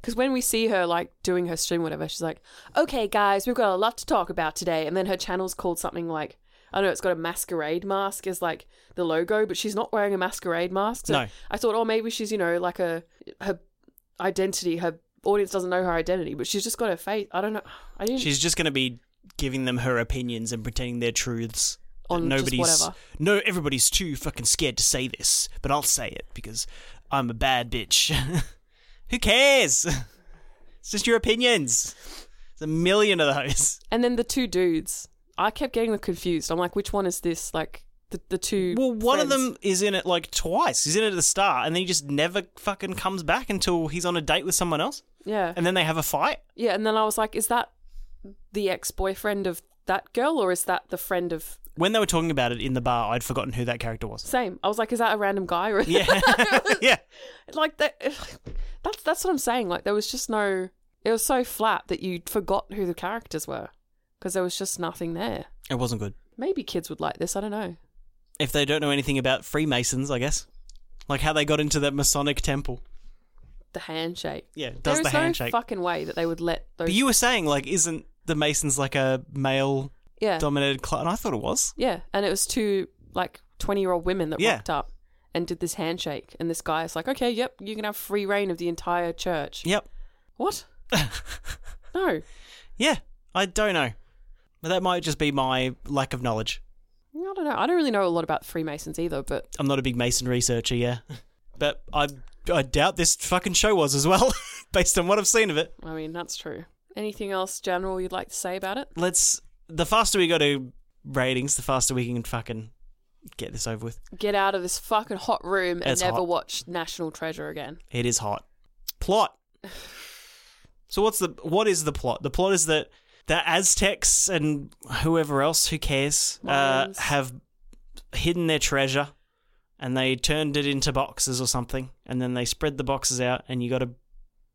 B: Because when we see her like doing her stream, whatever, she's like, "Okay, guys, we've got a lot to talk about today." And then her channel's called something like, I don't know, it's got a masquerade mask as like the logo, but she's not wearing a masquerade mask. So
A: No.
B: I thought, oh, maybe she's you know like a her identity. Her audience doesn't know her identity, but she's just got her face. I don't know. I didn't.
A: She's just gonna be giving them her opinions and pretending they're truths. that
B: On just whatever.
A: no, everybody's too fucking scared to say this, but I'll say it because I'm a bad bitch. Who cares? It's just your opinions. There's a million of those.
B: and then the two dudes, I kept getting them confused. I'm like, which one is this? Like the the two.
A: Well, one of
B: friends.
A: them is in it like twice. He's in it at the start, and then he just never fucking comes back until he's on a date with someone else,
B: Yeah.
A: and then they have a fight.
B: Yeah, and then I was like, is that the ex boyfriend of that girl or is that the friend of
A: When they were talking about it in the bar, I'd forgotten who that character was.
B: same? I was like, is that a random guy or
A: Yeah, yeah.
B: like that that's that's what I'm saying. Like there was just no it was so flat that you forgot who the characters were because there was just nothing there.
A: It wasn't good.
B: Maybe kids would like this, I don't know.
A: if they don't know anything about Freemasons, I guess. Like how they got into that Masonic temple.
B: The handshake.
A: Yeah, does
B: there
A: the
B: is no
A: handshake.
B: fucking way that they would let those
A: but you were saying, like, isn't the Masons like a male
B: Yeah.
A: dominated club? And I thought it was.
B: Yeah, and it was two like twenty year old women that
A: Yeah.
B: rocked up and did this handshake and this guy is like, Okay, yep, you can have free reign of the entire church.
A: Yep.
B: What? no.
A: Yeah, I don't know. But that might just be my lack of knowledge.
B: I don't know. I don't really know a lot about Freemasons either, but
A: I'm not a big Mason researcher, yeah. But I, I doubt this fucking show was as well, based on what I've seen of it.
B: I mean, that's true. Anything else general you'd like to say about it?
A: Let's. The faster we go to ratings, the faster we can fucking get this over with.
B: Get out of this fucking hot room and
A: It's
B: never
A: hot.
B: watch National Treasure again.
A: It is hot. Plot. So what's the what is the plot? The plot is that the Aztecs and whoever else who cares uh,
B: Mayans.
A: have hidden their treasure and they turned it into boxes or something. And then they spread the boxes out, and you got to.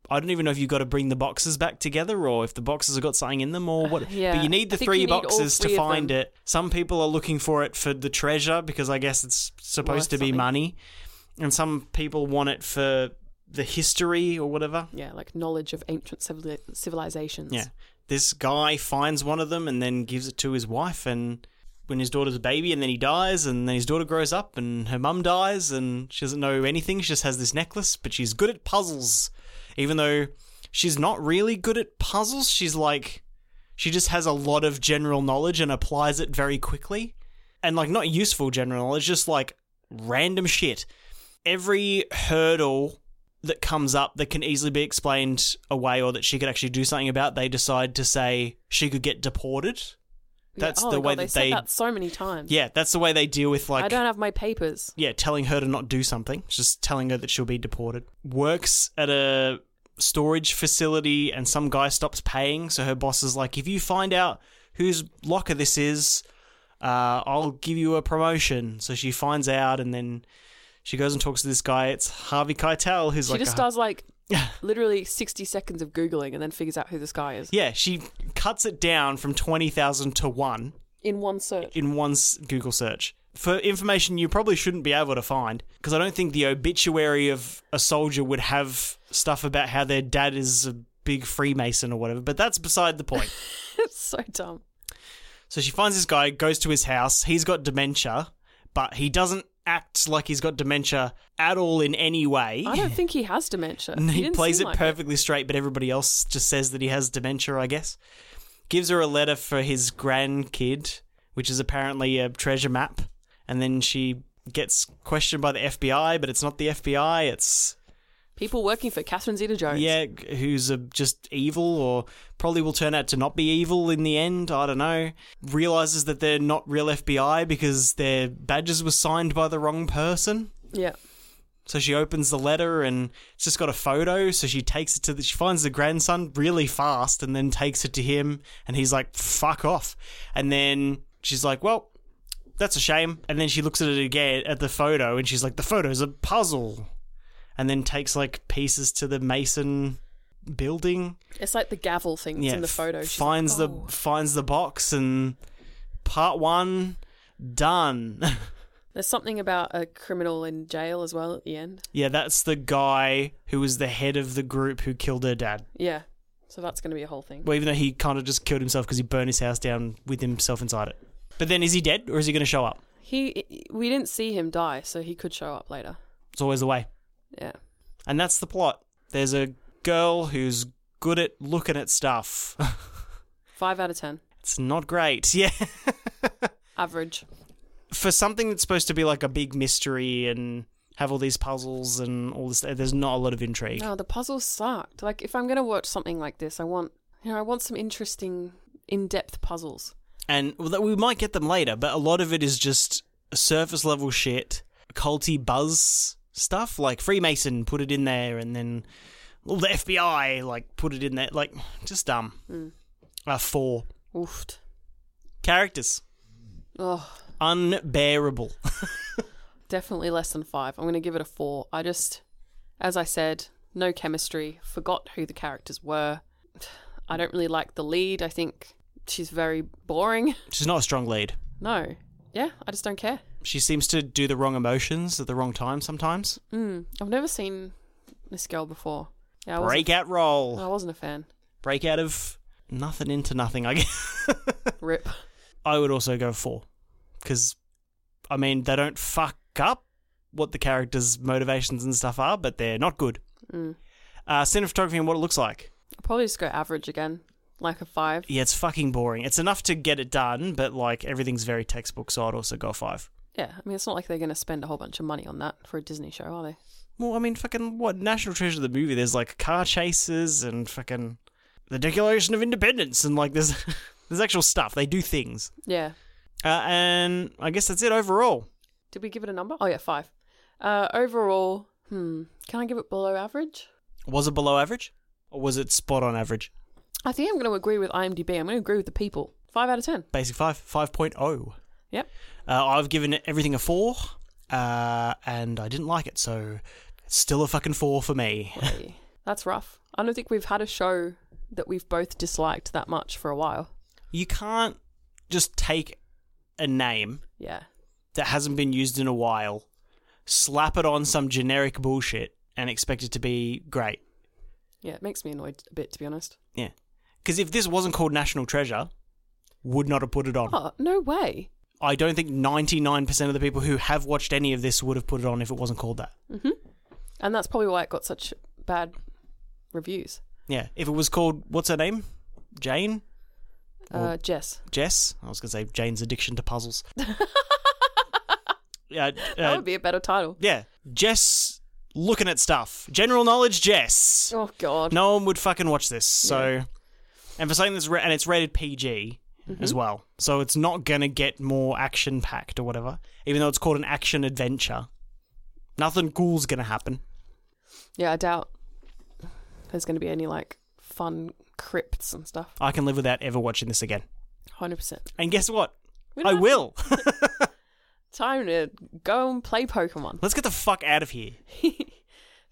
A: I don't even know if you got to bring the boxes back together or if the boxes have got something in them or what.
B: yeah.
A: But you need
B: I
A: the
B: think
A: three
B: you need all
A: boxes
B: three
A: to
B: of
A: find
B: them.
A: it. Some people are looking for it for the treasure because I guess it's supposed to
B: Worth
A: be
B: something.
A: money. And some people want it for the history or whatever.
B: Yeah, like knowledge of ancient civili- civilizations.
A: Yeah. This guy finds one of them and then gives it to his wife and when his daughter's a baby and then he dies and then his daughter grows up and her mum dies and she doesn't know anything, she just has this necklace, but she's good at puzzles. Even though she's not really good at puzzles, she's like she just has a lot of general knowledge and applies it very quickly. And like not useful general knowledge, just like random shit. Every hurdle that comes up that can easily be explained away or that she could actually do something about, they decide to say she could get deported.
B: Yeah,
A: That's
B: oh
A: the
B: my God,
A: way
B: they
A: that
B: said
A: they.
B: that so many times.
A: Yeah, that's the way they deal with
B: I
A: like.
B: don't have my papers.
A: Yeah, telling her to not do something, It's just telling her that she'll be deported. Works at a storage facility and some guy stops paying, so her boss is like, if you find out whose locker this is, uh, I'll give you a promotion. So she finds out and then. She goes and talks to this guy. It's Harvey Keitel, who's
B: She
A: like
B: just
A: a,
B: does like literally 60 seconds of Googling and then figures out who this guy is
A: Yeah, she cuts it down from 20,000 to 1
B: in one search.
A: in one s- Google search for information you probably shouldn't be able to find because I don't think the obituary of a soldier would have stuff about how their dad is a big Freemason or whatever, but that's beside the point.
B: it's so dumb.
A: So she finds this guy, goes to his house. He's got dementia, but he doesn't act like he's got dementia at all in any way.
B: I don't think he has dementia.
A: And
B: He
A: he,
B: didn't
A: plays it
B: seem like
A: perfectly straight, but everybody else just says that he has dementia, I guess. Gives her a letter for his grandkid, which is apparently a treasure map. And then she gets questioned by the FBI, but it's not the FBI, it's.
B: People working for Catherine Zeta Jones.
A: Yeah, who's uh just evil or probably will turn out to not be evil in the end. I don't know. Realizes that they're not real FBI because their badges were signed by the wrong person.
B: Yeah.
A: So she opens the letter and it's just got a photo. So she takes it to the, she finds the grandson really fast and then takes it to him. And he's like, fuck off. And then she's like, well, that's a shame. And then she looks at it again at the photo and she's like, the photo's a puzzle. And then takes like pieces to the Mason building.
B: It's like the gavel thing that's in the
A: f-
B: photo. She's like,
A: Finds
B: "Oh."
A: the finds the box and part one done.
B: There's something about a criminal in jail as well at the end.
A: yeah, that's the guy who was the head of the group who killed her dad.
B: Yeah. So that's going to be a whole thing.
A: Well, even though he kind of just killed himself because he burned his house down with himself inside it. But then is he dead or is he going to show up?
B: He we didn't see him die, so he could show up later.
A: It's always the way.
B: Yeah.
A: And that's the plot. There's a girl who's good at looking at stuff.
B: 5 out of 10.
A: it's not great. Yeah.
B: Average.
A: For something that's supposed to be like a big mystery and have all these puzzles and all this, there's not a lot of intrigue.
B: No, Oh, the puzzle sucked. Like if I'm going to watch something like this, I want you know, I want some interesting in-depth puzzles.
A: And well, that- we might get them later, but a lot of it is just surface level shit, culty buzz stuff. Like Freemason, put it in there, and then all the FBI, like, put it in there. Like, just dumb.
B: Hmm.
A: Uh, four
B: Oofed.
A: characters.
B: Oh,
A: Unbearable.
B: definitely less than 5. I'm going to give it a 4. I just as I said, no chemistry, forgot who the characters were. I don't really like the lead. I think she's very boring.
A: She's not a strong lead.
B: No. Yeah, I just don't care.
A: She seems to do the wrong emotions at the wrong time sometimes.
B: Mm, I've never seen this girl before. Yeah, I wasn't, Oh.
A: Breakout roll.
B: I wasn't a fan.
A: Breakout of nothing into nothing, I guess.
B: Rip.
A: I would also go four. Because, I mean, they don't fuck up what the characters' motivations and stuff are, but they're not good. Uh, cinematography and what it looks like.
B: I'll probably just go average again, like a five.
A: Yeah, it's fucking boring. It's enough to get it done, but, like, everything's very textbook, so I'd also go a five.
B: Yeah, I mean, it's not like they're going to spend a whole bunch of money on that for a Disney show, are they?
A: Well, I mean, fucking what? National Treasure the movie, there's, like, car chases and fucking the Declaration of Independence, and, like, there's, there's actual stuff. They do things.
B: Yeah.
A: Uh, and I guess that's it overall.
B: Did we give it a number? Oh, yeah, five. Uh, overall, hmm, can I give it below average?
A: Was it below average? Or was it spot on average?
B: I think I'm going to agree with IMDb. I'm going to agree with the people. Five out of ten.
A: Basic 5, 5.0.
B: Yep.
A: oh. Uh, I've given everything a four, uh, and I didn't like it, so it's still a fucking four for me.
B: Hey, That's rough. I don't think we've had a show that we've both disliked that much for a while.
A: You can't just take a name
B: Yeah.
A: that hasn't been used in a while, slap it on some generic bullshit, and expect it to be great.
B: Yeah, it makes me annoyed a bit, to be honest.
A: Yeah. Because if this wasn't called National Treasure, would not have put it on.
B: Oh, no way.
A: I don't think 99% of the people who have watched any of this would have put it on if it wasn't called that.
B: And that's probably why it got such bad reviews.
A: Yeah. If it was called, what's her name? Jane?
B: Uh, Jess.
A: Jess? I was going to say Jane's addiction to puzzles. yeah.
B: That
A: Uh,
B: would be a better title.
A: yeah. Jess looking at stuff. General knowledge, Jess.
B: Oh, God.
A: No one would fucking watch this. So, and for something that's ra- and it's rated PG as well, so it's not gonna get more action packed or whatever. Even though it's called an action adventure, nothing cool's gonna happen.
B: Yeah, I doubt there's going to be any, like, fun crypts and stuff.
A: I can live without ever watching this again.
B: 100%.
A: And guess what?
B: We don't
A: I
B: have
A: will.
B: Time to go and play Pokemon.
A: Let's get the fuck out of here.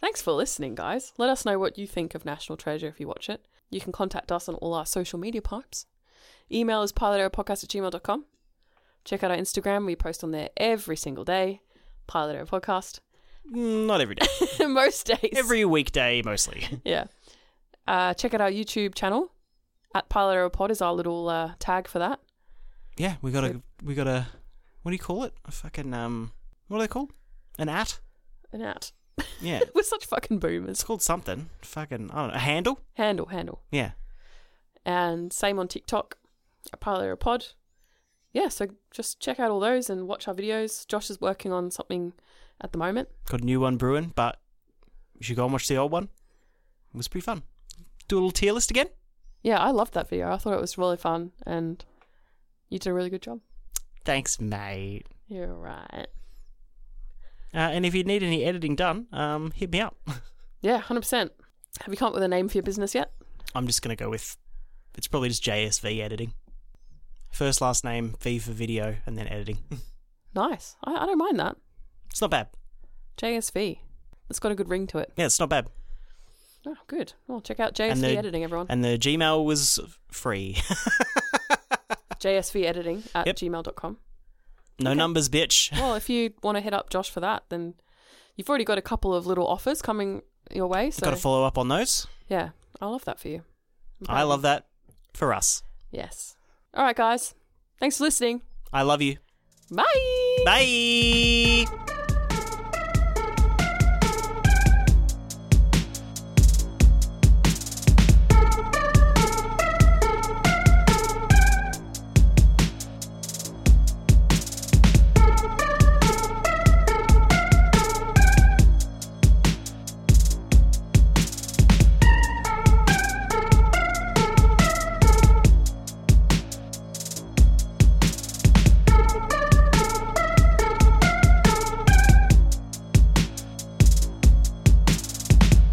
B: Thanks for listening, guys. Let us know what you think of National Treasure if you watch it. You can contact us on all our social media pipes. Email is pilotarrowpodcast at gmail.com. Check out our Instagram. We post on there every single day. Pilot Arrow Podcast.
A: Mm, Not every day.
B: Most days.
A: every weekday, mostly.
B: Yeah. Uh, check out our YouTube channel. At Pilot Arrow Pod is our little uh, tag for that.
A: Yeah, we got a we got a what do you call it? A fucking um, what are they called? An at?
B: And out.
A: Yeah,
B: We're such fucking
A: it's
B: boomers.
A: called something. Fucking I don't know. A handle?
B: Handle, handle.
A: Yeah.
B: and same on TikTok, a Parlor a Pod. Yeah, so just check out all those and watch our videos. Josh is working on something at the moment.
A: Got a new one brewing, but you should go and watch the old one. It was pretty fun. Do a little tier list again.
B: Yeah, I loved that video. I thought it was really fun, and you did a really good job.
A: Thanks, mate.
B: You're right.
A: Uh, and if you need any editing done, um, hit me up.
B: Yeah, hundred percent. Have you come up with a name for your business yet?
A: I'm just gonna go with it's probably just JSV editing. First last name, V for video, and then editing.
B: Nice. I, I don't mind that.
A: it's not bad.
B: JSV. It's got a good ring to it.
A: Yeah, it's not bad.
B: Oh, good. Well, check out JSV
A: the-
B: editing, everyone.
A: And the Gmail was free.
B: JSV editing at
A: Yep.
B: gmail.com.
A: no numbers, bitch.
B: Well, if you want to hit up Josh for that, then you've already got a couple of little offers coming your way. So
A: Got to follow up on those.
B: Yeah, I love that for you.
A: I love that for us.
B: Yes. All right, guys. Thanks for listening.
A: I love you.
B: Bye.
A: Bye.